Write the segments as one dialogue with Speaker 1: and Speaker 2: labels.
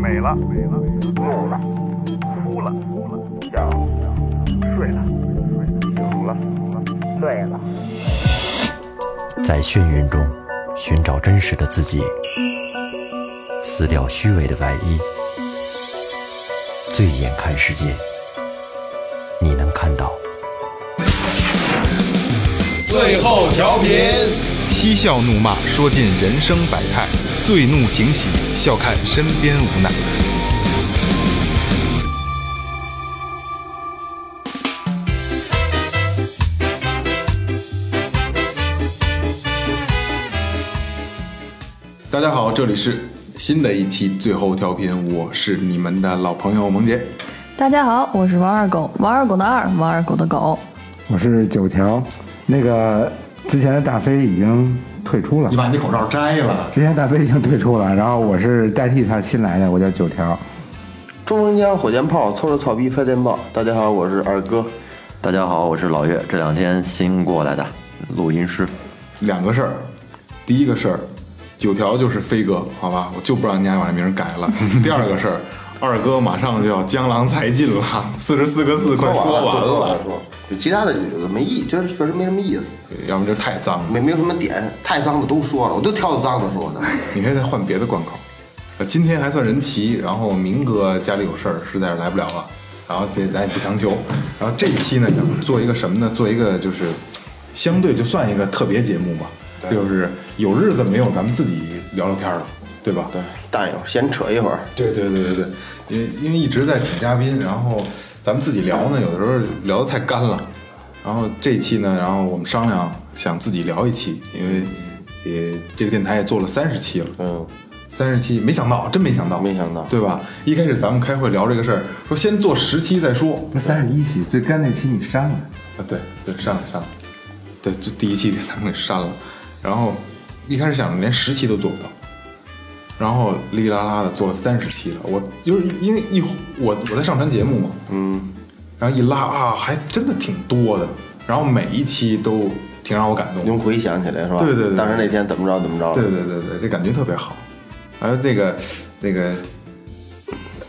Speaker 1: 美了，美了，怒了，哭了，哭了，笑了，睡了，睡了，醒了，醉了。
Speaker 2: 在眩晕中寻找真实的自己，撕掉虚伪的外衣，醉眼看世界，你能看到。
Speaker 3: 最后调频，
Speaker 4: 嬉笑怒骂，说尽人生百态；醉怒惊喜，笑看身边无奈。大家好，这里是新的一期最后调频，我是你们的老朋友萌杰。
Speaker 5: 大家好，我是王二狗，王二狗的二，王二狗的狗。
Speaker 6: 我是九条，那个之前的大飞已经退出了
Speaker 3: 你，把你口罩摘了。
Speaker 6: 之前大飞已经退出了， 然后我是代替他新来的，我叫九条。
Speaker 7: 中长江火箭炮，凑着草逼拍电报。大家好，我是二哥。
Speaker 2: 大家好，我是老岳，这两天新过来的录音师。
Speaker 4: 两个事儿，第一个事儿，九条就是飞哥，好吧，我就不让你家把这名儿改了。第二个事儿，二哥马上就要江郎才尽了，四十四个字快说
Speaker 7: 完
Speaker 4: 完
Speaker 7: 说完
Speaker 4: 了，
Speaker 7: 说，其他的没意，就是确实没什么意思，
Speaker 4: 要不然就太脏了。
Speaker 7: 没没有什么点，太脏的都说了，我就挑着脏的 说的。
Speaker 4: 你可以再换别的关口。呃，今天还算人齐，然后明哥家里有事儿，实在是来不了了，然后这咱也不强求。然后这一期呢，想做一个什么呢？做一个就是相对就算一个特别节目吧，就是有日子没有咱们自己聊聊天了，对吧？对。
Speaker 7: 但友先扯一会儿，
Speaker 4: 对对对对对，因为因为一直在请嘉宾，然后咱们自己聊呢，有的时候聊得太干了。然后这一期呢，然后我们商量想自己聊一期，因为也这个电台也做了三十期了，
Speaker 7: 嗯，
Speaker 4: 三十期没想到，真没想到，
Speaker 7: 没想到
Speaker 4: 对吧？一开始咱们开会聊这个事儿，说先做十期再说，
Speaker 6: 那三十一期最干那期你删了，
Speaker 4: 啊，对对，删了删了，对，就第一期给咱们给删了，然后一开始想着连十期都做不到，然后哩哩啦啦的做了三十期了，我就是因为一我我在上传节目嘛，嗯，然后一拉啊，还真的挺多的，然后每一期都挺让我感动的，
Speaker 7: 您回想起来是吧？
Speaker 4: 对对对
Speaker 7: 当时那天怎么着怎么着。
Speaker 4: 对对对对，这感觉特别好。还有那个那个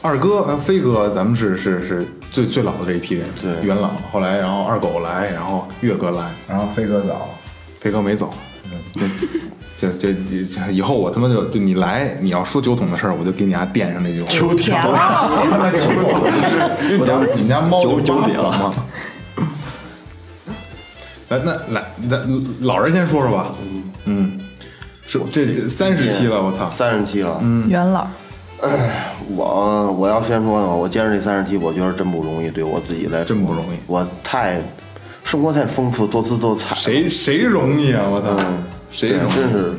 Speaker 4: 二哥、呃飞哥，咱们是是是最最老的这一批人，
Speaker 7: 对
Speaker 4: 元老。后来然后二狗来，然后岳哥嗯来，
Speaker 6: 然后飞哥走，
Speaker 4: 飞哥没走，就就就以后我他妈就就你来，你要说酒桶的事儿，我就给你家垫上这句话。酒桶，因为 你家你家猫
Speaker 2: 九九
Speaker 4: 八
Speaker 2: 饼
Speaker 4: 桶嘛。 来，那来，咱老人先说说吧。嗯，是这这三十期了，我操！嗯
Speaker 7: 三十期了，
Speaker 5: 元老，
Speaker 7: 我我要先说呢，我接着这三十期，我觉得真不容易，对我自己来说
Speaker 4: 真不容易
Speaker 7: 我太生活太丰富，多姿多彩了。
Speaker 4: 谁谁容易啊，我操！谁容易？
Speaker 7: 真是，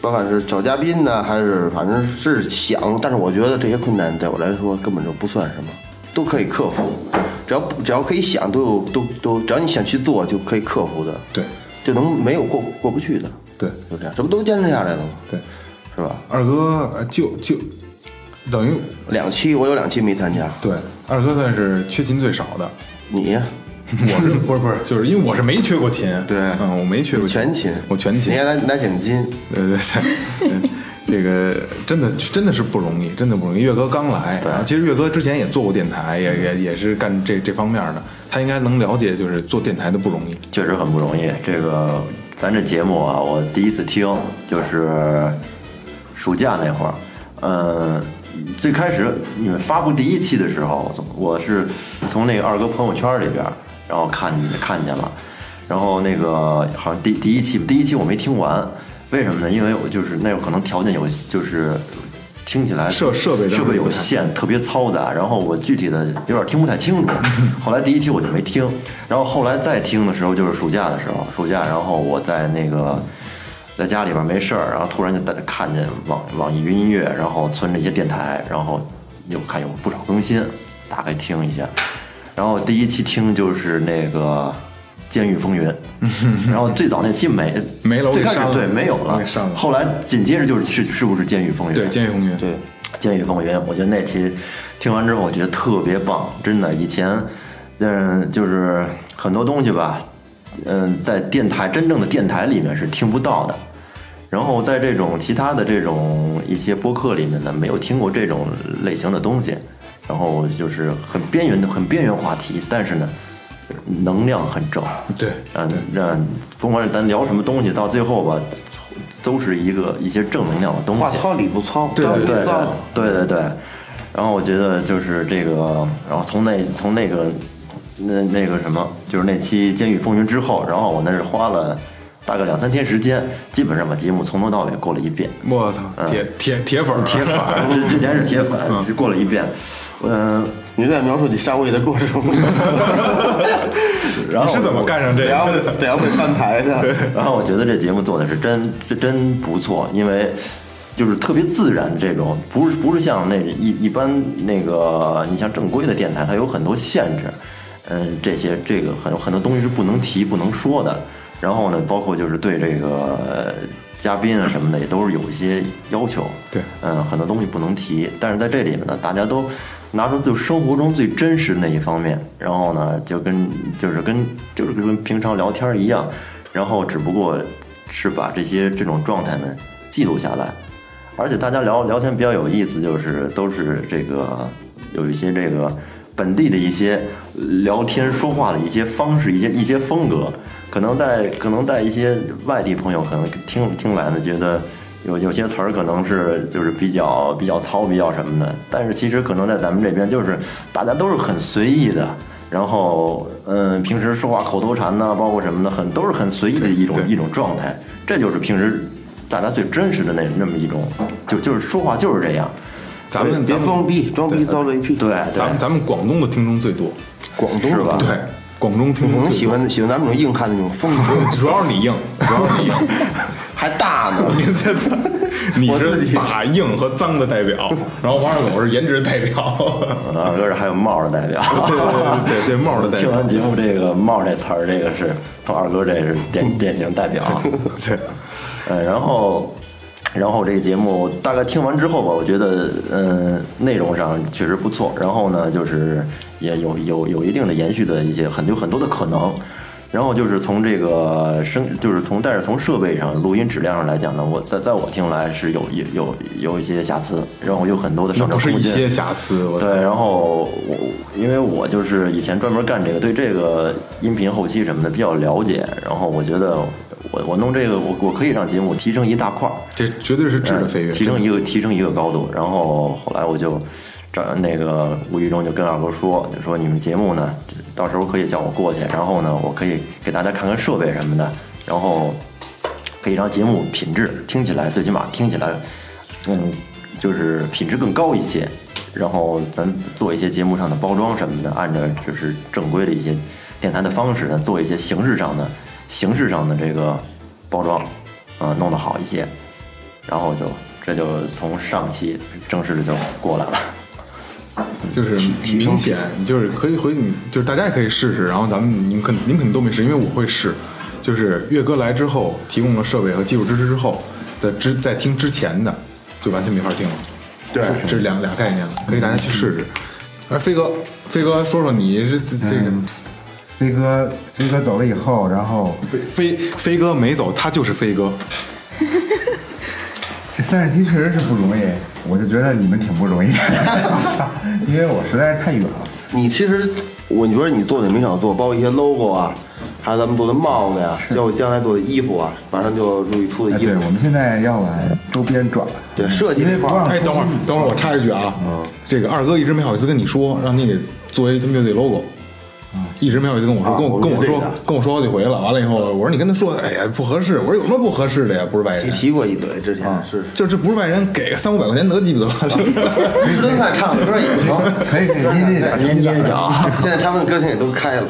Speaker 7: 不管是找嘉宾呢，还是反正是想，但是我觉得这些困难对我来说根本就不算什么，都可以克服。只要只要可以想，都有都都，只要你想去做，就可以克服的，
Speaker 4: 对
Speaker 7: 就能没有过过不去的，
Speaker 4: 对
Speaker 7: 就这样，这不都坚持下来了吗？
Speaker 4: 对，
Speaker 7: 是吧？
Speaker 4: 二哥呃就就等于
Speaker 7: 两期我有两期没参加，
Speaker 4: 对二哥算是缺勤最少的。
Speaker 7: 你
Speaker 4: 我是不是不是，就是因为我是没缺过琴，
Speaker 7: 对
Speaker 4: 嗯，我没缺过
Speaker 7: 全勤，
Speaker 4: 我全
Speaker 7: 你
Speaker 4: 勤
Speaker 7: 还，拿拿奖金，
Speaker 4: 对对对，对这个真的真的是不容易，真的不容易。岳哥刚来，然后其实岳哥之前也做过电台，也也也是干这这方面的，他应该能了解就是做电台的不容易。
Speaker 2: 确实很不容易。这个咱这节目啊，我第一次听，就是暑假那会儿，嗯，最开始你们发布第一期的时候，我是从那个二哥朋友圈里边儿，然后看看见了，然后那个好像第第一期第一期我没听完，为什么呢？因为我就是那会儿可能条件有就是。听起来
Speaker 4: 设设备当时
Speaker 2: 设备有
Speaker 4: 不太
Speaker 2: 限。线特别嘈杂，然后我具体的有点听不太清 楚。后来第一期我就没听，然后后来再听的时候就是暑假的时候，暑假，然后我在那个在家里边没事儿，然后突然就在看见网网易云音乐，然后存着一些电台，然后又看有不少更新，大概听一下。然后第一期听就是那个《监 狱风云》，然后最早那期没
Speaker 4: 没了我给
Speaker 2: 最开始
Speaker 4: 删了
Speaker 2: 对没有
Speaker 4: 我
Speaker 2: 了
Speaker 4: 给删了，
Speaker 2: 后来紧接着就是是是不是《监狱风云》？
Speaker 4: 对，监狱红军，
Speaker 7: 对，
Speaker 2: 《监狱风云》，我觉得那期听完之后，我觉得特别棒，真的。以前，嗯，就是很多东西吧，嗯，在电台真正的电台里面是听不到的。
Speaker 7: 然后在这种其他的这种一些播客里面呢，没有听过这种类型的东西，然后就是很边缘的、很边缘话题，但是呢，能量很正。
Speaker 4: 对，
Speaker 7: 嗯，让甭管是咱聊什么东西，到最后吧，都是一个一些正能量的东西。
Speaker 8: 话糙理不糙，
Speaker 4: 对
Speaker 8: 道理
Speaker 7: 对
Speaker 8: 糙
Speaker 7: 对对对。然后我觉得就是这个，然后从那从那个那那个什么，就是那期《监狱风云》之后，然后我那是花了大概两三天时间，基本上把节目从头到尾过了一遍。
Speaker 4: 我操，铁铁铁粉儿，铁粉
Speaker 7: 啊之之前是铁粉，就过了一遍。嗯，
Speaker 8: 你在描述你上位的过程 吗，
Speaker 7: 然后
Speaker 4: 你是怎么干上这
Speaker 8: 怎样
Speaker 4: 个？
Speaker 8: 怎样被翻牌 的？
Speaker 7: 然后我觉得这节目做的是真这真不错，因为就是特别自然的这种，不是不是像那一一般那个你像正规的电台，它有很多限制，嗯，这些这个很很多东西是不能提不能说的。然后呢，包括就是对这个呃嘉宾啊什么的，也都是有一些要求。
Speaker 4: 对
Speaker 7: 嗯，很多东西不能提，但是在这里面呢，大家都拿出就生活中最真实的那一方面，然后呢，就跟就是跟就是跟平常聊天一样，然后只不过是把这些这种状态呢记录下来，而且大家聊聊天比较有意思，就是都是这个有一些这个本地的一些聊天说话的一些方式、一些一些风格，可能在可能在一些外地朋友可能听听来呢，觉得有有些词儿可能是就是比较比较糙、比较什么的，但是其实可能在咱们这边就是大家都是很随意的。然后，嗯，平时说话口头禅呐、包括什么的，很都是很随意的一种
Speaker 4: 对
Speaker 7: 一种状态，这就是平时大家最真实的那那么一种，就就是说话就是这样，
Speaker 4: 咱们
Speaker 8: 别
Speaker 4: 咱们
Speaker 8: 装逼，装逼遭雷劈。
Speaker 7: 对，啊
Speaker 4: 咱们咱们广东的听众最多，
Speaker 8: 广东
Speaker 7: 是吧？
Speaker 4: 对，广东听
Speaker 8: 可
Speaker 4: 众
Speaker 8: 能
Speaker 4: 最
Speaker 8: 喜
Speaker 4: 多
Speaker 8: 欢喜欢咱们这种硬汉的那种风格，
Speaker 4: 主要是你硬，主要是你硬，
Speaker 8: 还大呢。
Speaker 4: 你这操你
Speaker 8: 我自
Speaker 4: 是
Speaker 8: 己
Speaker 4: 打硬和脏的代表，然后王二狗是颜值代表，
Speaker 7: 啊，有点还有帽儿的代表。
Speaker 4: 对对对对，帽儿的代
Speaker 7: 听
Speaker 4: 表，
Speaker 7: 完节目，这个“帽”这词儿，这个是从二哥这是典典型代 表。
Speaker 4: 对，
Speaker 7: 呃，然后，然后这个节目大概听完之后吧，我觉得，嗯、内容上确实不错。然后呢，就是也有有有一定的延续的一些很有很多的可能。然后就是从这个声，就是从但是从设备上、录音质量上来讲呢，我在在我听来是有有有有一些瑕疵，然后有很多的
Speaker 4: 那
Speaker 7: 上涨
Speaker 4: 不是
Speaker 7: 空
Speaker 4: 一
Speaker 7: 间。
Speaker 4: 些瑕疵，我操
Speaker 7: 对，然后我因为我就是以前专门干这个，对这个音频后期什么的比较了解，然后我觉得我我弄这个，我我可以让节目提升一大块儿，
Speaker 4: 这绝对是质的飞跃，
Speaker 7: 提升一个提升一个高度。然后后来我就找那个无意中就跟二哥说，就说你们节目呢，到时候可以叫我过去，然后呢，我可以给大家看看设备什么的，然后可以让节目品质听起来，最起码听起来，嗯，就是品质更高一些。然后咱做一些节目上的包装什么的，按照就是正规的一些电台的方式呢，做一些形式上的形式上的这个包装，呃，弄得好一些。然后就这就从上期正式的就过来了。
Speaker 4: 就是明显，就是可以回你，就是大家也可以试试。然后咱们你们肯你们肯定都没试，因为我会试。就是岳哥来之后，提供了设备和技术支持之后，在之在听之前的，就完全没法听了。对，这是两俩概念了，可以大家去试试。而飞哥，飞哥说说你是这这个。
Speaker 6: 飞哥，飞哥走了以后，然后
Speaker 4: 飞飞飞哥没走，他就是飞哥。
Speaker 6: 这三十期确实是不容易，我就觉得你们挺不容易， 我操因为我实在是太远了。
Speaker 8: 你其实，我觉得你做的没少做，包括一些 logo 啊，还有咱们做的帽子呀，要将来做的衣服啊，马上就陆续出的
Speaker 6: 哎，
Speaker 8: 衣
Speaker 6: 对，
Speaker 8: 服，
Speaker 6: 我们现在要往周边转了。
Speaker 8: 对设计
Speaker 6: 因为
Speaker 8: 这块
Speaker 6: 不
Speaker 8: 儿
Speaker 6: 忘
Speaker 4: 哎，等会
Speaker 8: 嗯
Speaker 4: 儿，等会儿，我插一句啊，这个二哥一直没好意思跟你说，让你给作为乐队 logo，一直没好意思跟我说，
Speaker 8: 嗯啊
Speaker 4: 跟我
Speaker 8: 我
Speaker 4: 跟我
Speaker 8: 乐队
Speaker 4: 说
Speaker 8: 的，
Speaker 4: 跟我说好几回了。完了以后，我说你跟他说，哎呀不合适，我说有什么不合适的呀？不是外
Speaker 8: 提
Speaker 4: 人，
Speaker 8: 提过一嘴，之
Speaker 6: 啊
Speaker 8: 前是
Speaker 4: 就这不是外人，给个三五百块钱得鸡巴 得了。
Speaker 8: 吃顿饭唱个歌也行。
Speaker 6: 可以可以 捏捏脚
Speaker 8: 捏捏脚。现在他们歌厅也都开 了，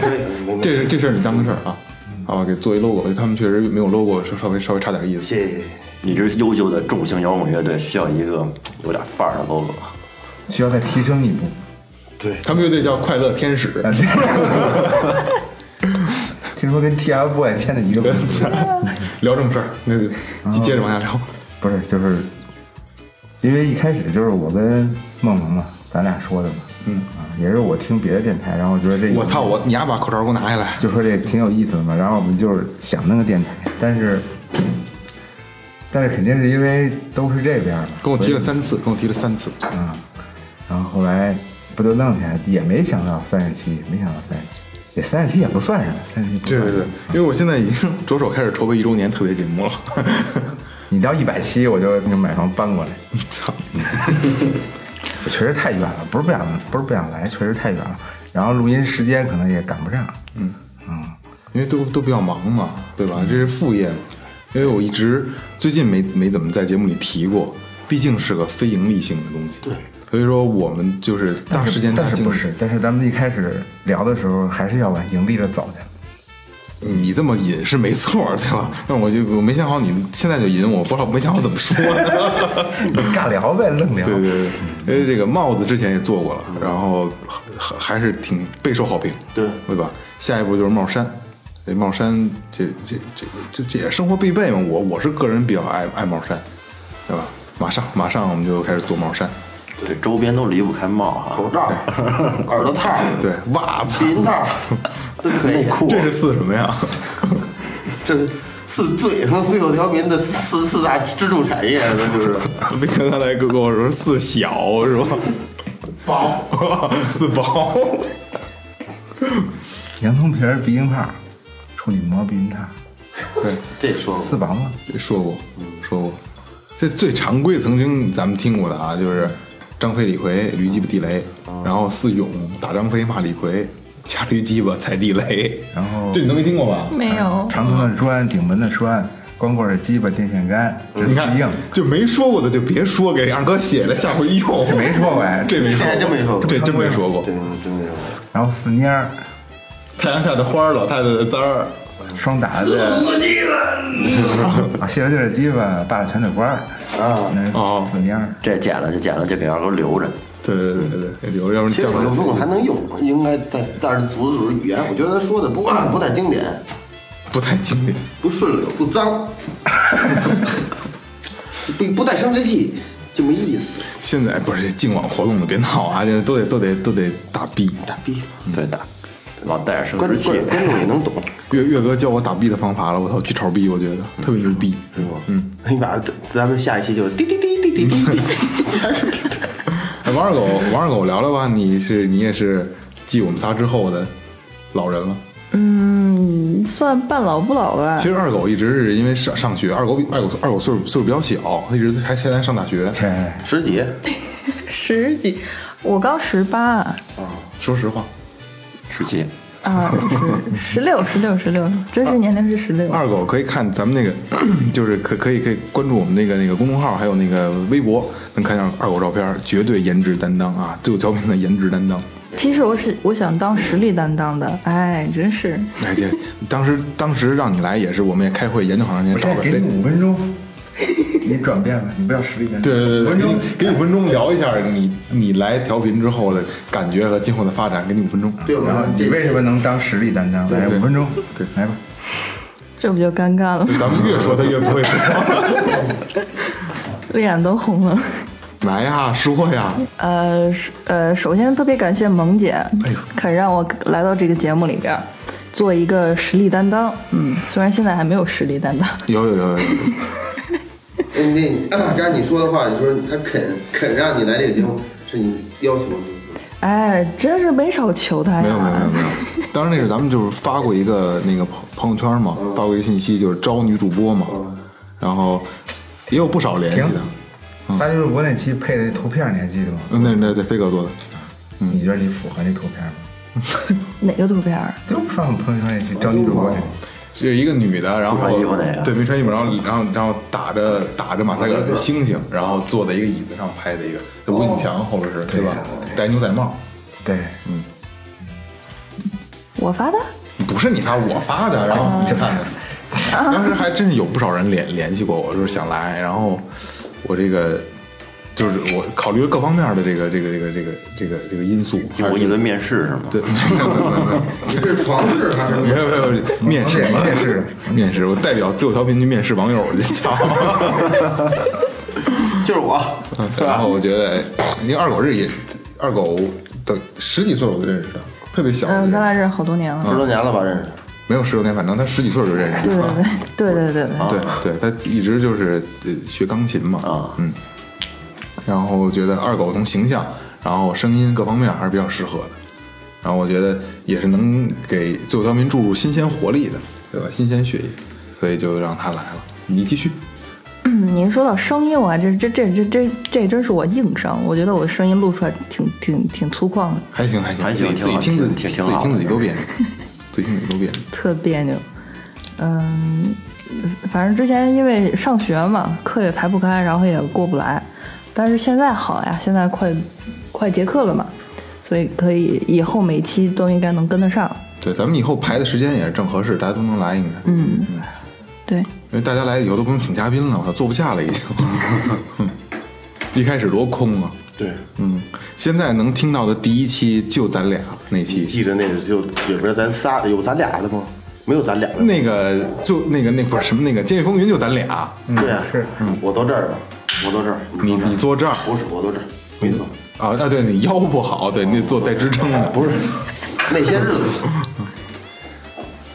Speaker 8: 可以没没
Speaker 4: 这是这事儿你当回事儿啊？
Speaker 8: 嗯
Speaker 4: 好吧，给作为 logo，他们确实没有 logo，稍稍微稍微差点意思。
Speaker 8: 谢谢。
Speaker 7: 你这优秀的重型摇滚乐队需要一个有点范儿的 logo，
Speaker 6: 需要再提升一步。
Speaker 4: 他们乐队叫快乐天使，
Speaker 6: 听说跟 TFBOYS 签的一个
Speaker 8: 嗯
Speaker 6: 公司，
Speaker 4: 聊正事儿，那就接着往下聊。
Speaker 6: 不是，就是因为一开始就是我跟梦萌嘛，咱俩说的嘛，嗯啊，也是我听别的电台，然后觉得这
Speaker 8: 嗯
Speaker 6: 个
Speaker 4: 我操，我你丫把口罩给我拿下来。
Speaker 6: 就说这挺有意思的嘛，然后我们就是想那个电台，但是但是肯定是因为都是这边儿嘛，
Speaker 4: 跟我提了三次，跟我提了三次，
Speaker 6: 然后后来不就弄起来，也没想到三十七，没想到三十七，也三十七也不算什么，三十七
Speaker 4: 对对对，因为我现在已经 着手开始筹备一周年特别节目了，
Speaker 6: 你到一百七我就就买房搬过来，
Speaker 4: 操，
Speaker 6: 我确实太远了，不是不想不是不想来，确实太远了，然后录音时间可能也赶不上，嗯嗯，
Speaker 4: 因为都都比较忙嘛，对吧？这是副业嘛，因为我一直最近没没怎么在节目里提过，毕竟是个非盈利性的东西，对，所以说我们就是大时间大
Speaker 6: 但是
Speaker 4: 精
Speaker 6: 不
Speaker 4: 力。
Speaker 6: 是？但是咱们一开始聊的时候，还是要往盈利的走的。
Speaker 4: 你这么引是没错儿，对吧？但我就我没想好你现在就引我，不知道没想好怎么说。
Speaker 6: 尬聊呗，愣聊。
Speaker 4: 对对对，因为这个帽子之前也做过了，然后还还是挺备受好评，
Speaker 7: 对
Speaker 4: 对吧？下一步就是帽衫，这帽衫这这这这这也是生活必备嘛。我我是个人比较爱爱帽衫，对吧？马上马上我们就开始做帽衫，
Speaker 2: 这周边都离不开帽哈
Speaker 7: 口。罩、耳朵套、
Speaker 4: 对袜子
Speaker 7: 避、孕套都可以。
Speaker 4: 这是四什么呀？
Speaker 7: 这是四最最后调频的四四大支柱产业，那就是
Speaker 4: 你看刚才跟我说四小是吧？薄 四薄，
Speaker 6: 洋葱皮儿鼻音泡，处女膜避孕套，
Speaker 7: 这说
Speaker 6: 四宝吗？
Speaker 4: 这说过，嗯说过。这最常规曾经咱们听过的啊，就是张飞、李逵、驴鸡巴、地雷，然后四勇打张飞骂李逵，加驴鸡巴踩地雷，
Speaker 6: 然后
Speaker 4: 这你都没听过吧？
Speaker 5: 没有，
Speaker 6: 长头的栓，顶门的栓，光棍的鸡巴电线杆，这
Speaker 4: 你
Speaker 6: 是
Speaker 4: 看
Speaker 6: 硬。
Speaker 4: 就没说过的就别说，给二哥写了，下回用。
Speaker 6: 这没说过哎
Speaker 4: 这没说过，
Speaker 7: 这还真没说过
Speaker 4: 这真没说过。
Speaker 7: 真真没有。
Speaker 6: 然后四蔫儿，
Speaker 4: 太阳下的花儿，老太太的簪儿，
Speaker 6: 双打的， 啊，泄了劲儿的鸡巴，扒了拳腿官儿，
Speaker 7: 啊
Speaker 6: 那
Speaker 4: 哦
Speaker 6: 四蔫儿，
Speaker 2: 这剪了就剪了，就给二哥留着。
Speaker 4: 对对对对对，留着，要不然
Speaker 7: 其实
Speaker 4: 将
Speaker 7: 有
Speaker 4: 来
Speaker 7: 时候还能用，应该但但是组组语言，我觉得他说的不啊不太经典，
Speaker 4: 不太经典。
Speaker 7: 不顺溜，不脏， 不不带生殖器，就没意思。
Speaker 4: 现在不是净网活动的，别闹啊！现在都得都得都得打 B 打 B。
Speaker 7: 嗯
Speaker 2: 对的，老带着生
Speaker 7: 观
Speaker 2: 殖器。
Speaker 7: 观观众也能懂，
Speaker 4: 岳岳哥教我打 B 的方法了，我操，巨潮逼，我觉得特别牛逼。
Speaker 7: 是吗？嗯， 你把咱们下一期就是滴滴滴滴滴滴滴，全是
Speaker 4: 哎，王二狗，王二狗聊聊吧，你是你也是继我们仨之后的老人了。
Speaker 5: 嗯，算半老不老吧
Speaker 4: 其。实二狗一直是因为上上学，二狗比二狗二狗岁数岁数比较小，他一直还现在上大学。
Speaker 6: 切，
Speaker 7: 十几，
Speaker 5: 十几，我刚十八
Speaker 4: 说实话，
Speaker 2: 十七，
Speaker 5: 啊， 十十六，十六，十六，真实年龄是十六。
Speaker 4: 二狗可以看咱们那个， 就是可可以可以关注我们那个那个公众号，还有那个微博，能看见二狗照片，绝对颜值担当啊，最有调频的颜值担当。
Speaker 5: 其实我是我想当实力担当的，哎，真是
Speaker 4: 哎，对，当时当时让你来也是，我们也开会研究好长时
Speaker 6: 我
Speaker 4: 间，找
Speaker 6: 再
Speaker 4: 了
Speaker 6: 给
Speaker 4: 得
Speaker 6: 你五分钟，你转变吧，你不要实力感。
Speaker 4: 对对
Speaker 6: 五
Speaker 4: 对对
Speaker 6: 分钟，，
Speaker 4: 给你给你五分钟聊一下你你来调频之后的感觉和今后的发展，给你五分钟。
Speaker 7: 对我
Speaker 6: 然后
Speaker 7: 们
Speaker 6: 嗯你为什么能当实力担当？来
Speaker 4: 对
Speaker 6: 五分钟，
Speaker 4: 对
Speaker 6: 来吧。
Speaker 5: 这不就尴 尬了吗？
Speaker 4: 咱们越说他越不会说。
Speaker 5: 脸都红了。
Speaker 4: 来呀，说呀，
Speaker 5: 呃是呃，首先特别感谢萌姐，
Speaker 4: 哎
Speaker 5: 肯让我来到这个节目里边儿，做一个实力担当。嗯，虽然现在还没有实力担当，
Speaker 4: 有有有有，
Speaker 7: 嗯，那刚才你说的话，你说他肯肯让你来这个节目，是你要求的，
Speaker 5: 哎，真是没少求她呀。
Speaker 4: 没有没有没有没有。当时那是咱们就是发过一个那个朋朋友圈嘛，
Speaker 6: 嗯
Speaker 4: 发过一个信息，就是招女主播嘛，然后也有不少联系的
Speaker 6: 停。发掘主播那期配的图片你还记得吗？
Speaker 4: 嗯那那那飞哥做的，嗯
Speaker 6: 你觉得你符合那图片吗？
Speaker 5: 哪个图片儿？
Speaker 6: 就上我朋友圈里去招女主播去。
Speaker 4: 是一个女的，然后
Speaker 2: 不穿衣服那个
Speaker 4: 对，没穿衣服，然后然后然后打着打着马赛克的星星，然后坐在一个椅子上拍的一个，这无影
Speaker 2: 哦
Speaker 4: 墙后边是对吧？戴牛仔帽，
Speaker 6: 对，
Speaker 5: 我发的？
Speaker 4: 不是你发我发的，然后你看，当时还真是有不少人联联系过我，就是想来，然后我这个就是我考虑了各方面的这个这个这个这个这个这个因素，
Speaker 2: 经过一轮面试是吗？
Speaker 4: 对， 没有没有没有
Speaker 7: 你是床试还是
Speaker 4: 没有没有没有面试嘛
Speaker 6: 面试
Speaker 4: 面试，我代表最后调频去面试网友去，操！
Speaker 7: 就 是我，
Speaker 4: 然后我觉得，哎因为二狗是也二啊狗等十几岁我就认识，特别小。
Speaker 5: 嗯、咱俩认识好多年了。
Speaker 7: 十多年了吧认识，
Speaker 4: 没有十六年，反正他十几岁就认识
Speaker 5: 对
Speaker 4: 你
Speaker 5: 对
Speaker 4: 了。
Speaker 5: 对对对对对，
Speaker 4: 对对，他一直就是呃学钢琴嘛，
Speaker 2: 啊
Speaker 4: 嗯，然后觉得二狗从形象，然后声音各方面还是比较适合的，然后我觉得也是能给最后调频注入新鲜活力的，对吧？新鲜血液，所以就让他来了。你继续，
Speaker 5: 嗯，您说到声音，我还真这这这这这真是我硬伤，我觉得我的声音录出来挺挺挺粗犷的，
Speaker 4: 还行还行，
Speaker 2: 还行
Speaker 4: 自己自己
Speaker 2: 挺
Speaker 4: 听
Speaker 2: 好
Speaker 4: 自己自
Speaker 2: 挺挺
Speaker 4: 己
Speaker 2: 好的
Speaker 4: 听自己都别扭，自己听自己都别扭。
Speaker 5: 特别扭。嗯，反正之前因为上学嘛，课也排不开，然后也过不来。但是现在好了呀，现在快快结课了嘛，所以可以以后每期都应该能跟得上。
Speaker 4: 对，咱们以后排的时间也是正合适，大家都能来，应该。嗯，
Speaker 5: 对，
Speaker 4: 因为大家来以后都不用请嘉宾了，我操，坐不下了已经。 一开始多空啊！
Speaker 7: 对，
Speaker 4: 嗯，现在能听到的第一期就咱俩那
Speaker 7: 你
Speaker 4: 期，
Speaker 7: 记着那个就里边咱仨有咱俩的吗？没有咱俩的，
Speaker 4: 那个就那个那不是什么那个《监狱风云》就咱俩，
Speaker 7: 对呀，是，我到这儿了，我到这儿，嗯
Speaker 4: 你你坐这儿
Speaker 7: 不是我到这儿，没错，
Speaker 4: 啊啊，对你腰不好，对你得做带支撑的，
Speaker 7: 不是那些日子，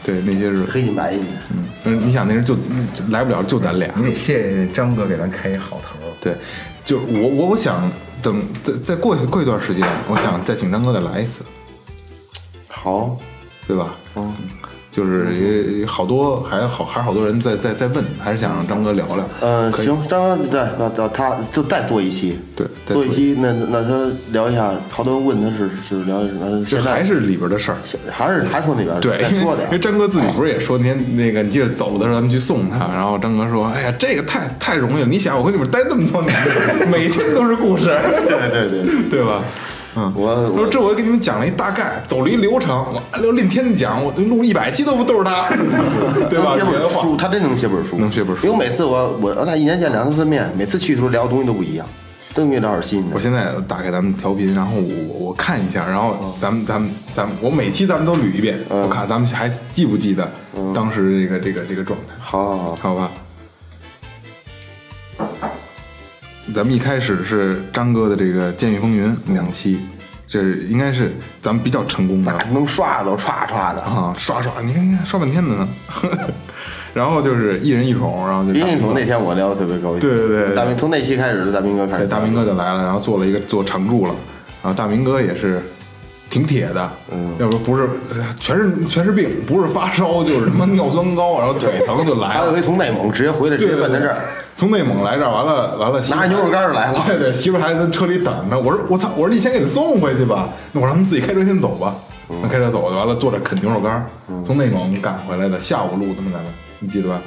Speaker 4: 对那些是，
Speaker 7: 黑你白你，
Speaker 4: 嗯，你想那人就就来不了，就咱俩，
Speaker 6: 你得谢谢张哥给咱开一好头。
Speaker 4: 对，就我我我想等再再过过一段时间，我想再请张哥再来一次，
Speaker 7: 好，
Speaker 4: 对吧？
Speaker 7: 哦
Speaker 4: 嗯，就是
Speaker 7: 嗯
Speaker 4: 也也好多还好还好多人在在在问，还是想让张哥聊聊。
Speaker 7: 嗯，
Speaker 4: 可以
Speaker 7: 行，张哥，对，那那他就再做一期，
Speaker 4: 对再
Speaker 7: 做一
Speaker 4: 做
Speaker 7: 期，那那他聊一下，好多人问他是是聊什么，
Speaker 4: 这
Speaker 7: 现在
Speaker 4: 还是里边的事儿。
Speaker 7: 还是还说那边儿
Speaker 4: 对，
Speaker 7: 咱
Speaker 4: 因
Speaker 7: 说
Speaker 4: 为
Speaker 7: 的呀
Speaker 4: 因为， 张哥自己不是也说那天那个，你记得走的时候咱们去送他，然后张哥说：“哎呀，这个太太容易了，你想我跟你们待这么多年， 每天都是故事，
Speaker 7: 对对对。
Speaker 4: 对吧？”嗯，
Speaker 7: 我我
Speaker 4: 说这我给你们讲了一大概，走了一流程，我按照令天讲，我录了一百期都不都是他， 对吧？
Speaker 7: 能写
Speaker 4: 原
Speaker 7: 本
Speaker 4: 话
Speaker 7: 书，他真能写本书，
Speaker 4: 能写本书
Speaker 7: 因为每次我我俺俩一年见两三次面，每次去的时候聊的东西都不一样，都给聊点新的
Speaker 4: 我。现在打开咱们调频，然后我我看一下，然
Speaker 7: 嗯
Speaker 4: 后咱们咱们咱们，我每期咱们都捋一遍，我看咱们还记不记得当时这个这个这个状态，
Speaker 7: 嗯好好好，
Speaker 4: 好吧？咱们一开始是张哥的这个《监狱风云》两期，这是应该是咱们比较成功的
Speaker 7: 哎能刷的都刷刷的。
Speaker 4: 啊，刷刷，你看你看刷半天的呢， 然后就是一人一宠，然后就
Speaker 7: 林俊从那天我聊的特别高兴，
Speaker 4: 对对对对
Speaker 7: 大明从那期开始，大明哥开
Speaker 4: 对，
Speaker 7: 始，
Speaker 4: 大明哥就来了，然后做了一个做常驻了，然后大明哥也是挺铁的，
Speaker 7: 嗯
Speaker 4: 要不不是呃全是全是病，不是发烧就是什么尿酸高，然后腿疼就来
Speaker 7: 还有一
Speaker 4: 了
Speaker 7: 回。从内蒙直接回来，直
Speaker 4: 对
Speaker 7: 接
Speaker 4: 对
Speaker 7: 奔
Speaker 4: 对
Speaker 7: 咱这儿，
Speaker 4: 从内蒙来这儿，完了完了，媳妇
Speaker 7: 拿着牛肉干儿来了
Speaker 4: 对对，媳妇还在车里等着。我说我操，我说你先给他送回去吧，那我让他们自己开车先走吧。
Speaker 7: 嗯
Speaker 4: 那开车走完了，坐着啃牛肉干儿，从内蒙赶回来的，下午录的嘛，咱们你记得吧？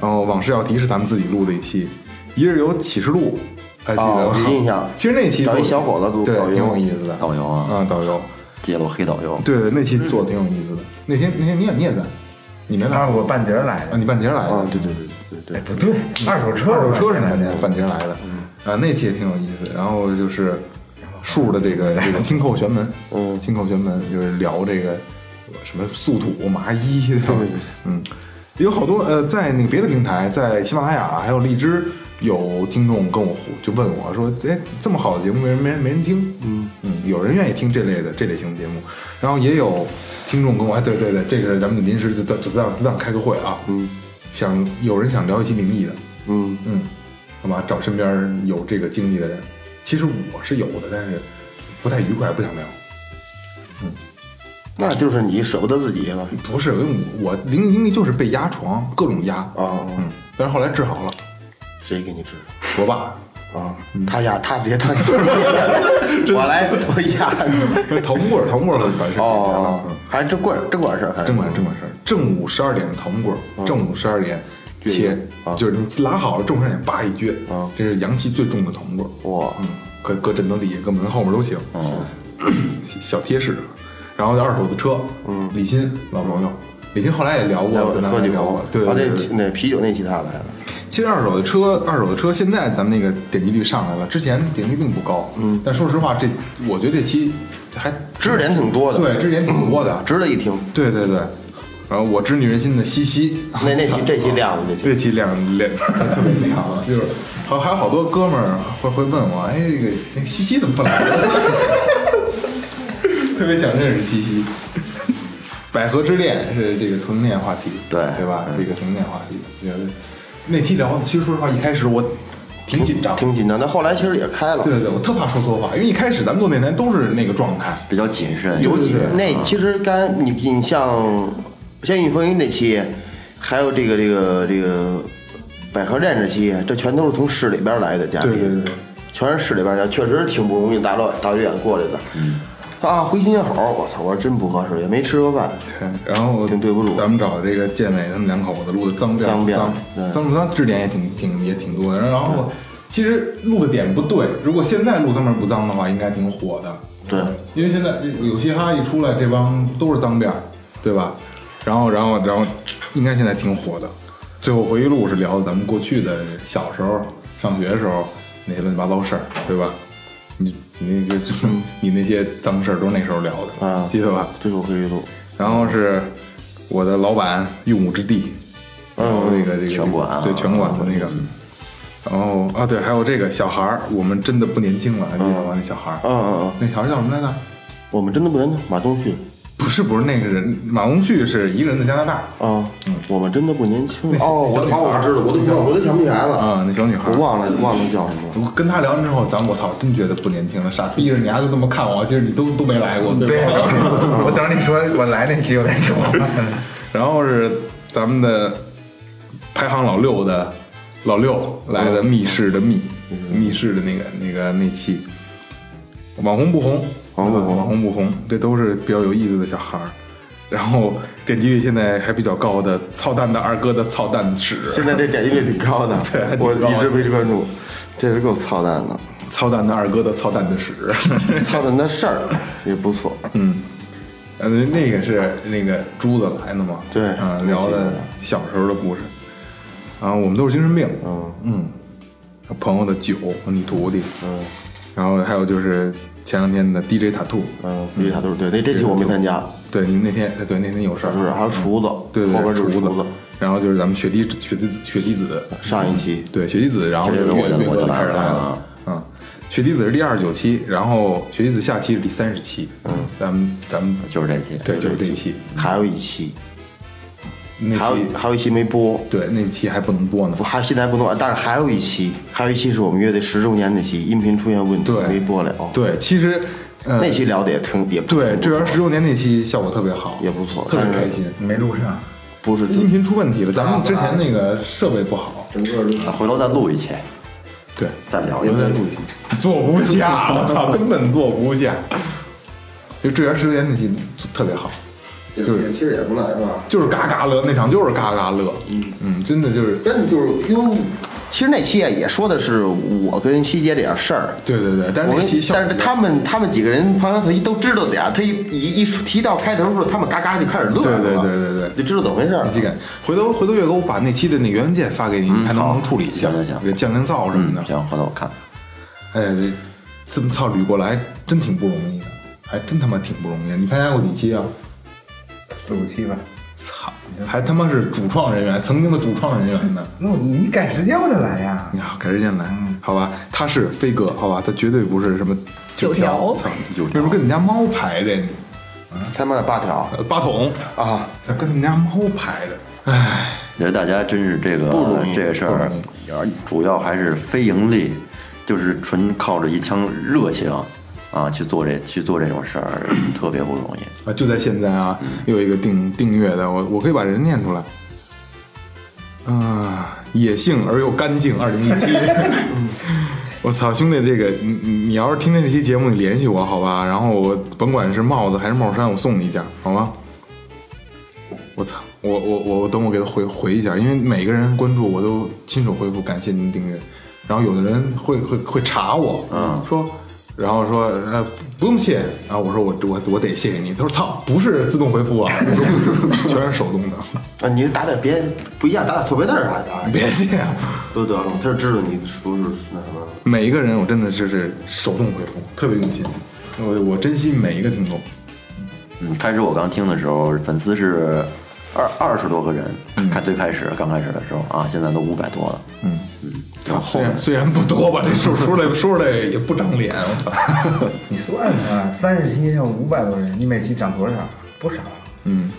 Speaker 4: 然后往事要提是咱们自己录的一期，一日游启示录，还记得吗？
Speaker 7: 哦有印象
Speaker 4: 其实那期做
Speaker 7: 找
Speaker 4: 得
Speaker 7: 一小伙子做
Speaker 4: 对
Speaker 7: 导游
Speaker 4: 挺有意思的，
Speaker 2: 导游啊
Speaker 4: 嗯，导游，
Speaker 2: 揭露黑导游，
Speaker 4: 对对，那期做的挺有意思的。那天那天你也你也在，你没来
Speaker 6: 啊，
Speaker 4: 啊？
Speaker 6: 我半截儿来的，
Speaker 4: 你半截儿来的
Speaker 7: 啊，，对对对对对
Speaker 6: 哎，不对，二手车，
Speaker 4: 二手车是
Speaker 6: 哪
Speaker 4: 半截
Speaker 6: 年？
Speaker 4: 半截来的，啊，那期也挺有意思。然后就是树的这个这个清寇玄门，嗯，清寇玄门就是聊这个什么速土麻衣，对吧？嗯，有好多呃，在那个别的平台，在喜马拉雅还有荔枝。有听众跟我互就问我说：“哎，这么好的节目，为什么没人没人听？”嗯嗯，有人愿意听这类的这类型节目，然后也有听众跟我：“哎，对对对，这个咱们临时就就就自当自当开个会啊，嗯，想有人想聊一期灵异的，
Speaker 7: 嗯，
Speaker 4: 嗯，好吧，找身边有这个经历的人。其实我是有的，但是不太愉快，不想聊。
Speaker 7: 那就是你舍不得自己了，
Speaker 4: 不是，因为我我灵异经历就是被压床，各种压啊，嗯，但是后来治好了，
Speaker 7: 谁给你治？
Speaker 4: 我爸
Speaker 7: 啊，
Speaker 4: 嗯
Speaker 7: 他压他直接他， 我来我压，
Speaker 4: 头木棍儿，头木棍儿把事 解 决了，
Speaker 7: 哦
Speaker 4: 嗯，，
Speaker 7: 还真管真管事儿，还
Speaker 4: 正管正管事儿，正午十二点的桃木棍儿，正午十二点切，就是你拉好了，正午十二点叭一撅，这是阳气最重的桃木棍儿。
Speaker 7: 哇，
Speaker 4: 嗯，搁搁枕头底下，搁门后面都行。
Speaker 7: 哦
Speaker 4: 小贴士。啊然后二手的车，嗯，李鑫老朋友，李鑫后来也聊过，
Speaker 7: 我
Speaker 4: 跟咱
Speaker 7: 喝酒
Speaker 4: 聊过，对
Speaker 7: 啊，
Speaker 4: 对
Speaker 7: 那
Speaker 4: 对
Speaker 7: 啤
Speaker 4: 对。
Speaker 7: 那啤酒那期他来了，
Speaker 4: 其实二手的车，二手的车现在咱们那个点击率上来了，之前点击率并不高，嗯，但说实话，这我觉得这期还
Speaker 7: 知识点挺多的，嗯
Speaker 4: 对，知识点挺多的，
Speaker 7: 值得一听。
Speaker 4: 对对对。然后我知女人心的西西，
Speaker 7: 那那期这期亮了，这期
Speaker 4: 这期亮 亮特别亮啊，就是还还有好多哥们儿会会问我，哎，这个那个西 西怎么不来了？特别想认识西西。百合之恋是这个同性恋话题，
Speaker 2: 对
Speaker 4: 对嗯吧？这个同性恋话题，觉得那期聊的，其实说实话，一开始我挺紧张的，
Speaker 7: 挺紧张，但后来其实也开了。
Speaker 4: 对对对，我特怕说错话，因为一开始咱们做电台都是那个状态，
Speaker 2: 比较谨慎，
Speaker 7: 尤其
Speaker 4: 对对
Speaker 7: 那其实刚才你你像《监狱风云》这期，还有这个这个这个百合恋这期，这全都是从市里边来的嘉宾，
Speaker 4: 对对对对
Speaker 7: 全是市里边的，确实挺不容易，大老大远过来的。
Speaker 4: 嗯
Speaker 7: 啊，回新街口，我操，我说真不合适，也没吃过饭。
Speaker 4: 然后
Speaker 7: 挺对不住
Speaker 4: 咱们找这个建伟他们两口子录的脏辫儿
Speaker 7: 脏辫儿
Speaker 4: 脏脏不脏指点也挺挺也挺多的。然后其实录的点不对，如果现在录脏辫儿不脏的话，应该挺火的。
Speaker 7: 对，
Speaker 4: 因为现在这有嘻哈一出来，这帮都是脏辫儿，对吧？然后然后然后应该现在挺火的。最后回忆录是聊的咱们过去的小时候、上学时候那些乱七八糟事儿，对吧？你你那个你那些 脏事儿都是那时候聊的
Speaker 7: 啊
Speaker 4: 记得吧？
Speaker 7: 最后回忆录，
Speaker 4: 然后是我的老板用武之地，然后那个这个
Speaker 2: 拳馆啊
Speaker 4: 对拳馆的那个，然后啊对，还有这个小孩儿，我们真的不年轻了，还记得吗？那小孩儿，
Speaker 7: 嗯嗯嗯，
Speaker 4: 那小孩儿叫什么来着？
Speaker 7: 我们真的不年轻，马东旭
Speaker 4: 不是不是那个人，马红旭是一个人在加拿大
Speaker 7: 啊，
Speaker 4: 嗯
Speaker 7: 我们真的不年轻
Speaker 4: 那小
Speaker 7: 哦，我
Speaker 4: 小女孩
Speaker 7: 哦，我知道，我都不知道，我都想不起来了，
Speaker 4: 啊，那小女孩
Speaker 7: 我
Speaker 4: 儿。
Speaker 7: 忘了忘了叫什么了。
Speaker 4: 我跟他聊完之后，咱我操，真觉得不年轻了，傻逼着你还就这么看我，其实你都都没来过，对
Speaker 6: 对，
Speaker 4: 吧？
Speaker 6: 我等你说我来那期我再说。
Speaker 4: 然后是咱们的排行老六的老六来的密室的密，密室的那个那个那期，网红不红，网红网红不红，这都是比较有意思的小孩儿。然后点击率现在还比较高的操蛋的二哥的操蛋史，
Speaker 7: 现在这点击率挺高的，
Speaker 4: 对还挺
Speaker 7: 我
Speaker 4: 高的
Speaker 7: 一直没关注，这是够操蛋的，
Speaker 4: 操蛋的二哥的操蛋的史，
Speaker 7: 操蛋的事儿也不错。
Speaker 4: 呃，那个是那个珠子来的嘛？
Speaker 7: 对
Speaker 4: 啊，聊的小时候的故事。啊，我们都是精神病。嗯朋友的酒，你徒弟。嗯，然后还有就是前两天的 DJ 塔兔。
Speaker 7: 嗯，因为他都是对，那这期我没参加，
Speaker 4: 对，你们那天对那天有事儿，嗯
Speaker 7: 是不是？还有厨子，
Speaker 4: 对
Speaker 7: 后
Speaker 4: 对
Speaker 7: 边就是
Speaker 4: 厨
Speaker 7: 厨
Speaker 4: 子
Speaker 7: 子，，
Speaker 4: 然后就是咱们雪滴雪滴雪滴子，
Speaker 7: 上一期
Speaker 4: 对雪滴子，然后
Speaker 2: 雪
Speaker 4: 就
Speaker 2: 滴子
Speaker 4: 越
Speaker 2: 我就
Speaker 4: 越
Speaker 2: 我
Speaker 4: 多
Speaker 2: 就
Speaker 4: 的开始
Speaker 2: 来了
Speaker 4: 来了。嗯，雪滴子是第二十九期，然后雪滴子下期是第三十期。嗯，咱们咱们
Speaker 2: 就是这期。
Speaker 4: 对就是这期，
Speaker 7: 还有一期，
Speaker 4: 那
Speaker 7: 还
Speaker 4: 期
Speaker 7: 有还有一期没播，
Speaker 4: 对那期还不能播呢
Speaker 7: 我。还现在还不弄，但是还有一期，还有一期是我们乐队十周年那期，音频出现问题
Speaker 4: 对
Speaker 7: 没播了，哦
Speaker 4: 对，其实呃，
Speaker 7: 那期聊的也挺也不
Speaker 4: 对这园十周年那期效果特别好，
Speaker 7: 也不错
Speaker 4: 特别
Speaker 7: 但是
Speaker 4: 开心。
Speaker 6: 没录上，
Speaker 7: 不是
Speaker 4: 音频出问题了，咱们之前那个设备不好，
Speaker 2: 啊回头再录一期，
Speaker 4: 对，
Speaker 2: 再聊一次。
Speaker 4: 坐不下，我操，根本坐不下。就这园十周年那期特别好，就是
Speaker 7: 其实也不赖是吧？
Speaker 4: 就是嘎嘎乐那场就是嘎嘎乐，嗯嗯，真的就是，
Speaker 7: 但就是因为其实那期啊也说的是我跟西姐这点事儿，
Speaker 4: 对对对，但是
Speaker 7: 我
Speaker 4: 那
Speaker 7: 跟
Speaker 4: 期效果
Speaker 7: 但是他们他们几个人，庞他一都知道的呀。他一一一提到开头的时候，他们嘎嘎就开始乐
Speaker 4: 对
Speaker 7: 了，
Speaker 4: 对
Speaker 7: 是吧
Speaker 4: 对对对
Speaker 7: 就知道怎么回事儿
Speaker 4: 那。期感，回头回头月哥我把那期的那个原文件发给你，
Speaker 7: 嗯
Speaker 4: 你看能不能处理一下，
Speaker 2: 行行行
Speaker 4: 给降降噪什么
Speaker 2: 嗯
Speaker 4: 的，，
Speaker 2: 行，回头我看看。
Speaker 4: 哎，这这么操捋过来，真挺不容易的，还真他妈挺不容易的。你参加过几期啊？
Speaker 6: 四五期吧。
Speaker 4: 操，还他妈是主创人员，曾经的主创人员呢。
Speaker 6: 那我你赶时间我就来呀。
Speaker 4: 你好，改时间来，好吧？他是飞哥，好吧？他绝对不是什么
Speaker 5: 九条
Speaker 4: 操，为什么跟你家猫排着你？
Speaker 7: 他妈的八条
Speaker 4: 呃八筒啊，咋跟你家猫排着？哎，
Speaker 2: 觉得大家真是这个这个事儿，主要还是非盈利，就是纯靠着一腔热情啊去做这去做这种事儿，特别不容易。
Speaker 4: 啊，就在现在啊，又有一个订订阅的，我我可以把人念出来。啊，野性而又干净，二零一七。嗯我操，兄弟，这个你你你要是听见这期节目，你联系我好吧？然后我甭管是帽子还是帽衫，我送你一件，好吗？我操，我我我我等我给他回回一下，因为每个人关注我都亲手回复，感谢您订阅。然后有的人会会会查我，嗯，说，然后说呃不用谢，然后我说我我我得谢谢你，他说操不是自动回复啊，我说不是全是手动的，
Speaker 7: 啊！你打点别不一样，打点错别字儿啥
Speaker 2: 嗯
Speaker 7: 的，
Speaker 4: 别谢、啊。
Speaker 7: 都得了。他就知道你是不是那什么。
Speaker 4: 每一个人，我真的就是手动回复，特别用心。我我珍惜每一个听众，
Speaker 2: 嗯，开始我刚听的时候，粉丝是二二十多个人，
Speaker 4: 嗯
Speaker 2: 看最开始刚开始的时候啊，现在都五百多了。嗯嗯，然后后
Speaker 4: 虽
Speaker 2: 面
Speaker 4: 然虽然不多吧，这数出来说出来也不长脸，我操！
Speaker 6: 啊你算算，三十期要五百多人，你每期涨多少？不少。
Speaker 4: 嗯，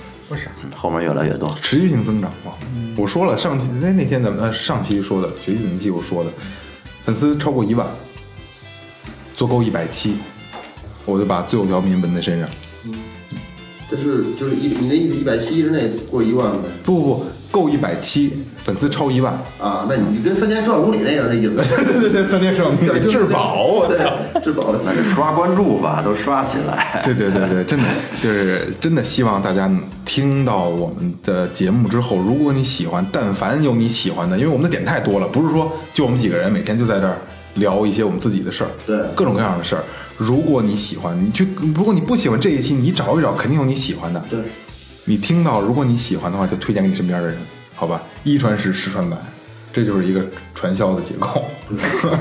Speaker 2: 后面越来越多。
Speaker 4: 持续性增长嘛。我说了上期那那天咱们呃上期说的学习怎么记我说的，粉丝超过一万，做够一百期，我就把最后调频纹在身上。
Speaker 7: 但是就是一你那一百七之内过一万呗
Speaker 4: 不不不，够一百期，粉丝超一万，
Speaker 7: 啊？那你跟三千十万公里那个是那意 思？
Speaker 4: 对对对，三天上给质保，我操！
Speaker 7: 对，质保的
Speaker 2: 那就刷关注吧，都刷起来。
Speaker 4: 对对对对，真的就是真的希望大家听到我们的节目之后，如果你喜欢，但凡有你喜欢的，因为我们的点太多了，不是说就我们几个人每天就在这儿聊一些我们自己的事儿，
Speaker 7: 对
Speaker 4: 各种各样的事儿。如果你喜欢，你去；如果你不喜欢这一期，你找一找，肯定有你喜欢的。
Speaker 7: 对，
Speaker 4: 你听到，如果你喜欢的话，就推荐给你身边的人，好吧？一传十，十传百，这就是一个传销的结构，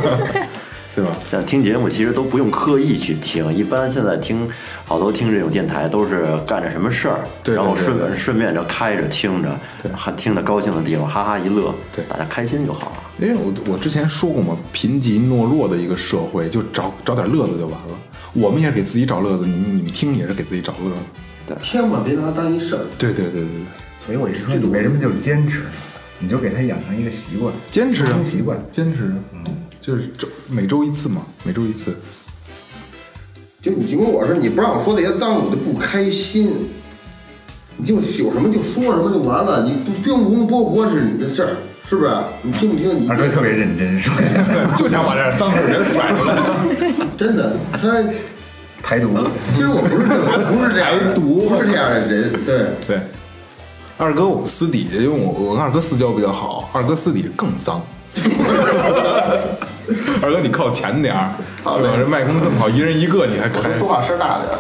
Speaker 4: 对吧？
Speaker 2: 像听节目其实都不用刻意去听，一般现在听好多听这种电台都是干着什么事儿，
Speaker 4: 对对
Speaker 2: 然后
Speaker 4: 对
Speaker 2: 顺
Speaker 4: 对
Speaker 2: 顺便就开着听着，还听着高兴的地方，哈哈一乐，
Speaker 4: 对
Speaker 2: 大家开心就好了。
Speaker 4: 因为我我之前说过嘛，贫瘠懦弱的一个社会，就找找点乐子就完了。我们也是给自己找乐子，你们你们听也是给自己找乐子。
Speaker 7: 千万别拿它当一事儿。
Speaker 4: 对对对对对，
Speaker 6: 所以我一直说，你为什么就是坚持？你就给他养成一个习惯，
Speaker 4: 坚持啊
Speaker 6: 养成，习惯。
Speaker 4: 坚持啊，就是周每周一次嘛，每周一次。
Speaker 7: 就你就跟我似的，你不让我说那些脏的，我就不开心。你就有什么就说什么就完了，你不并不波波是你的事儿，是不是？你听不听？你
Speaker 6: 二哥特别认真说，
Speaker 4: 就想把这当事人甩出来。
Speaker 7: 真的他，
Speaker 6: 排毒。
Speaker 7: 其实我不是这个，不是这样的，不是这样的人，对。
Speaker 4: 对，二哥我们私底下，因为我我跟二哥私交比较好，二哥私底下更脏。 二哥你靠前点儿，
Speaker 7: 好嘞
Speaker 4: 对吧？这麦克风这么好，一人一个，你还还
Speaker 7: 说话声大点儿，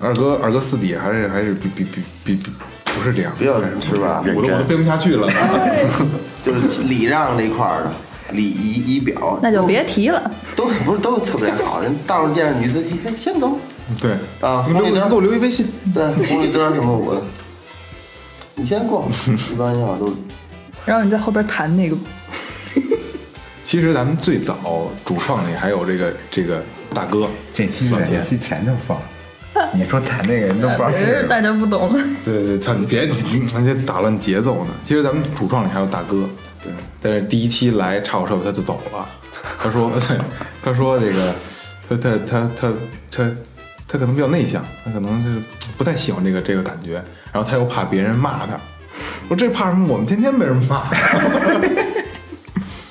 Speaker 4: 二哥，二哥私底下还是还是比比比比比不是这样，
Speaker 7: 不要是吧？
Speaker 4: 我都我都编不下去了。啊
Speaker 7: 就是礼让这块儿的礼仪仪表，
Speaker 5: 那就别提了。
Speaker 7: 都都不是都特别好。人道上见着女的，你看先走，
Speaker 4: 对
Speaker 7: 啊
Speaker 4: 你留你给我留一微信。
Speaker 7: 对，红绿灯什么我，你先过。一般想法都
Speaker 5: 然后你在后边弹那个，
Speaker 4: 其实咱们最早主创里还有这个这个大哥，
Speaker 6: 这啊期
Speaker 4: 老
Speaker 6: 在这
Speaker 4: 田，
Speaker 6: 期前头放， 你说谈那个人都不知道是
Speaker 5: 哎
Speaker 6: 谁
Speaker 5: 大家不懂了。
Speaker 4: 对对对，操你别你 你别打乱节奏呢。其实咱们主创里还有大哥，对，但是第一期来差我社他就走了，他说 对，他说这个他他他他他他可能比较内向，他可能就是不太喜欢这个这个感觉，然后他又怕别人骂他，我说这怕什么？我们天天被人骂。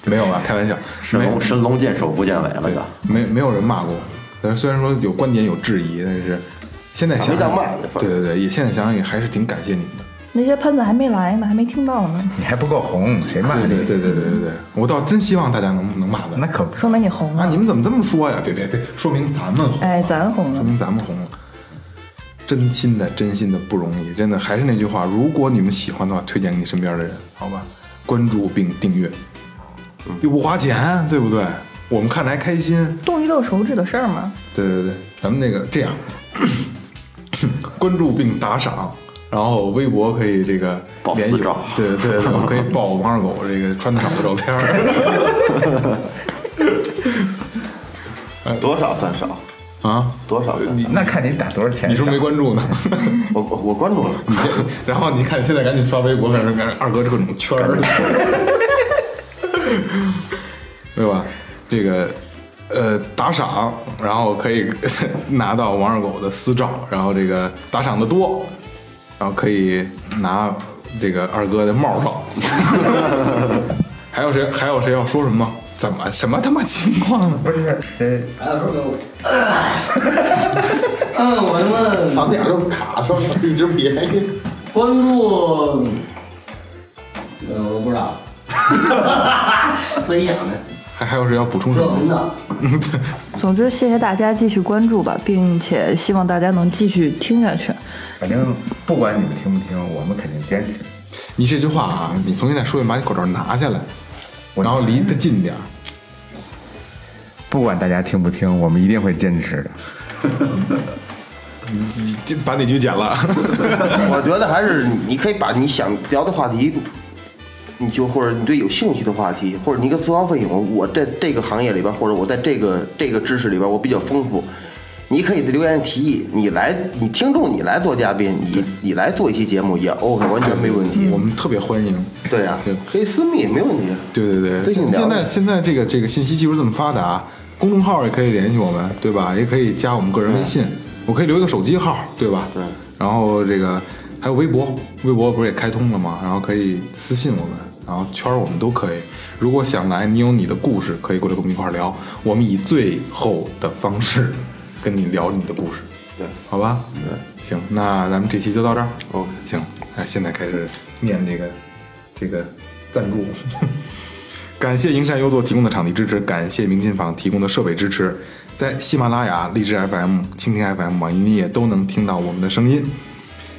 Speaker 4: 没有啊，开玩笑，
Speaker 2: 神
Speaker 4: 没
Speaker 2: 龙神龙见首不见尾了
Speaker 4: 对
Speaker 2: 就。
Speaker 4: 没没有人骂过我，但是虽然说有观点有质疑，但是现在想
Speaker 7: 没当
Speaker 4: 想
Speaker 7: 骂的份儿
Speaker 4: 对对对，也现在想想也还是挺感谢你们的。
Speaker 5: 那些喷子还没来呢，还没听到呢，
Speaker 6: 你还不够红，谁骂
Speaker 4: 对
Speaker 6: 你？
Speaker 4: 对对对对对对，我倒真希望大家能能骂的
Speaker 6: 那可不，
Speaker 5: 说明你红
Speaker 4: 啊！
Speaker 5: 了。
Speaker 4: 你们怎么这么说呀？别别别，说明咱们红，
Speaker 5: 哎，咱红
Speaker 4: 说
Speaker 5: 了。
Speaker 4: 明咱们红了。真心的，真心的不容易，真的还是那句话，如果你们喜欢的话，推荐给你身边的人，好吧？关注并订阅，
Speaker 2: 嗯
Speaker 4: 又不花钱，对不对？我们看着还开心，
Speaker 5: 动一动手指的事儿嘛，
Speaker 4: 对对对，咱们那个这样， 关注并打赏，然后微博可以这个
Speaker 2: 爆
Speaker 4: 联系
Speaker 2: 私照
Speaker 4: 我对对对，我可 以爆王二狗这个穿的少的照片儿
Speaker 7: 多少算少，
Speaker 4: 啊。
Speaker 7: 多少算少。
Speaker 6: 那看你打多少钱。
Speaker 4: 你是不是没关 注呢？
Speaker 7: 我我我关注了，
Speaker 4: 你这，然后你看现在赶紧刷微博，反正二哥这种圈 儿，对吧？这个呃打赏，然后可以拿到王二狗的私照，然后这个打赏的多，然后可以拿这个二哥的帽罩。 还有谁还有谁要说什么吗？怎么什么他妈情况呢？
Speaker 6: 不是这
Speaker 9: 嗯，我他妈
Speaker 7: 嗓子眼儿都卡上了，一直便宜。
Speaker 9: 关注，呃，我都不知道，自己想的，
Speaker 4: 还还有谁要补充什
Speaker 9: 这
Speaker 4: 么
Speaker 9: 文
Speaker 4: 吗？
Speaker 9: 的。
Speaker 5: 总之谢谢大家继续关注吧，并且希望大家能继续听下去。
Speaker 6: 反正不管你们听不听，我们肯定坚持。
Speaker 4: 你这句话啊，你从现在说，你把你口罩拿下来，
Speaker 6: 我
Speaker 4: 然后离得近点儿。
Speaker 6: 不管大家听不听，我们一定会坚持的。
Speaker 4: 就把哪句剪了？
Speaker 7: 我觉得还是你可以把你想聊的话题，你就或者你对有兴趣的话题，或者你一个思考费用，我在这个行业里边，或者我在这个这个知识里边，我比较丰富。你可以留言提议，你来，你听众你来做嘉宾，你你来做一期节目也 OK，完全没问题
Speaker 4: 我。们特别欢迎。
Speaker 7: 对呀、
Speaker 4: 对
Speaker 7: 可以私密，没问题。啊
Speaker 4: 对对对，
Speaker 7: 微信
Speaker 4: 现
Speaker 7: 聊
Speaker 4: 现在现在这个这个信息技术这么发达，公众号也可以联系我们，对吧？也可以加我们个人微信，我可以留一个手机号，对吧？对。然后这个还有微博，微博不是也开通了吗？然后可以私信我们，然后圈儿我们都可以。如果想来，你有你的故事，可以过来跟我们一块儿聊。我们以最后的方式跟你聊你的故事，
Speaker 7: 对，
Speaker 4: 好吧？对，行，那咱们这期就到这儿。哦，行，那现在开始念这个这个赞助。感谢营山优作提供的场地支持，感谢明信坊提供的设备支持。在喜马拉雅、荔枝 FM、蜻蜓 FM、网易云音乐都能听到我们的声音。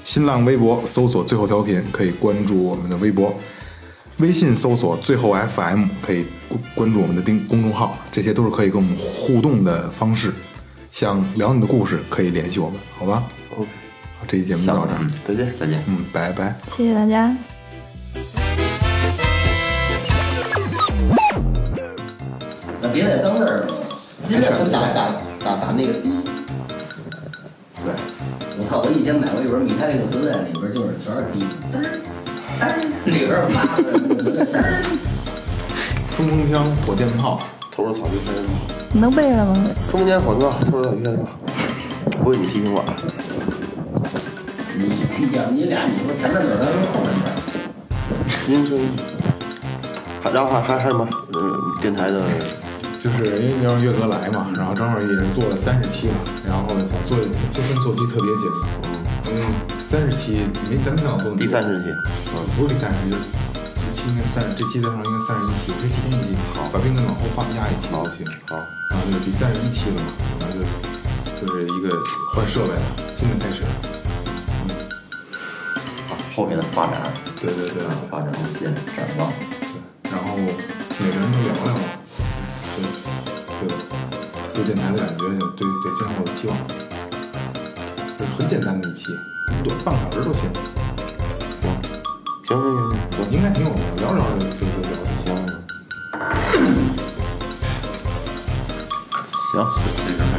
Speaker 4: 新浪微博搜索“最后调频”，可以关注我们的微博；微信搜索“最后 FM”，可以关关注我们的丁公众号。这些都是可以跟我们互动的方式。想聊你的故事，可以联系我们，好吧？OK，好，这期节目就到这儿，
Speaker 2: 再见，再见。
Speaker 4: 嗯，拜拜。
Speaker 5: 谢谢大家。
Speaker 9: 那呃别在灯这儿了，
Speaker 7: 现在打打打打那个滴，对，
Speaker 9: 我操！我一天买过一本米开朗基罗磁带，里边就是全是滴，嘚儿嘚儿里边儿啪嘚儿。
Speaker 4: 冲锋枪、火箭炮，
Speaker 7: 投入草皮三人跑，
Speaker 5: 能背了吗？
Speaker 7: 中间广告，投入草皮三人跑。不是你提醒我了，啊
Speaker 9: 你你俩你俩，你说前面有人，后面有人。
Speaker 7: 您说，还然后还还还有什么？呃，电台的
Speaker 4: 就是因为让岳哥来嘛，然后正好也是做了三十期嘛，然后想做一就跟做期特别节目，嗯，三十期没咱没想做
Speaker 7: 第三
Speaker 4: 十，
Speaker 7: 十期，
Speaker 4: 呃，不是第三十，就是这期应该三，这期再上应该三十一期，我可以提前一期，好，把冰哥往后放压一期就行，好，然后就第三十一期了嘛，然后就就是一个换设备了，新的开始，
Speaker 2: 后面的发展，
Speaker 4: 对对对，
Speaker 2: 发展无限展望。
Speaker 4: 然后每个人都聊聊嘛，对对，对电台的感觉，对对今后的期望，就是很简单的一期，短半个小时都行，
Speaker 7: 行行行行。
Speaker 4: 应该挺有的，聊着聊着就就聊就行了。
Speaker 2: 行，这这个。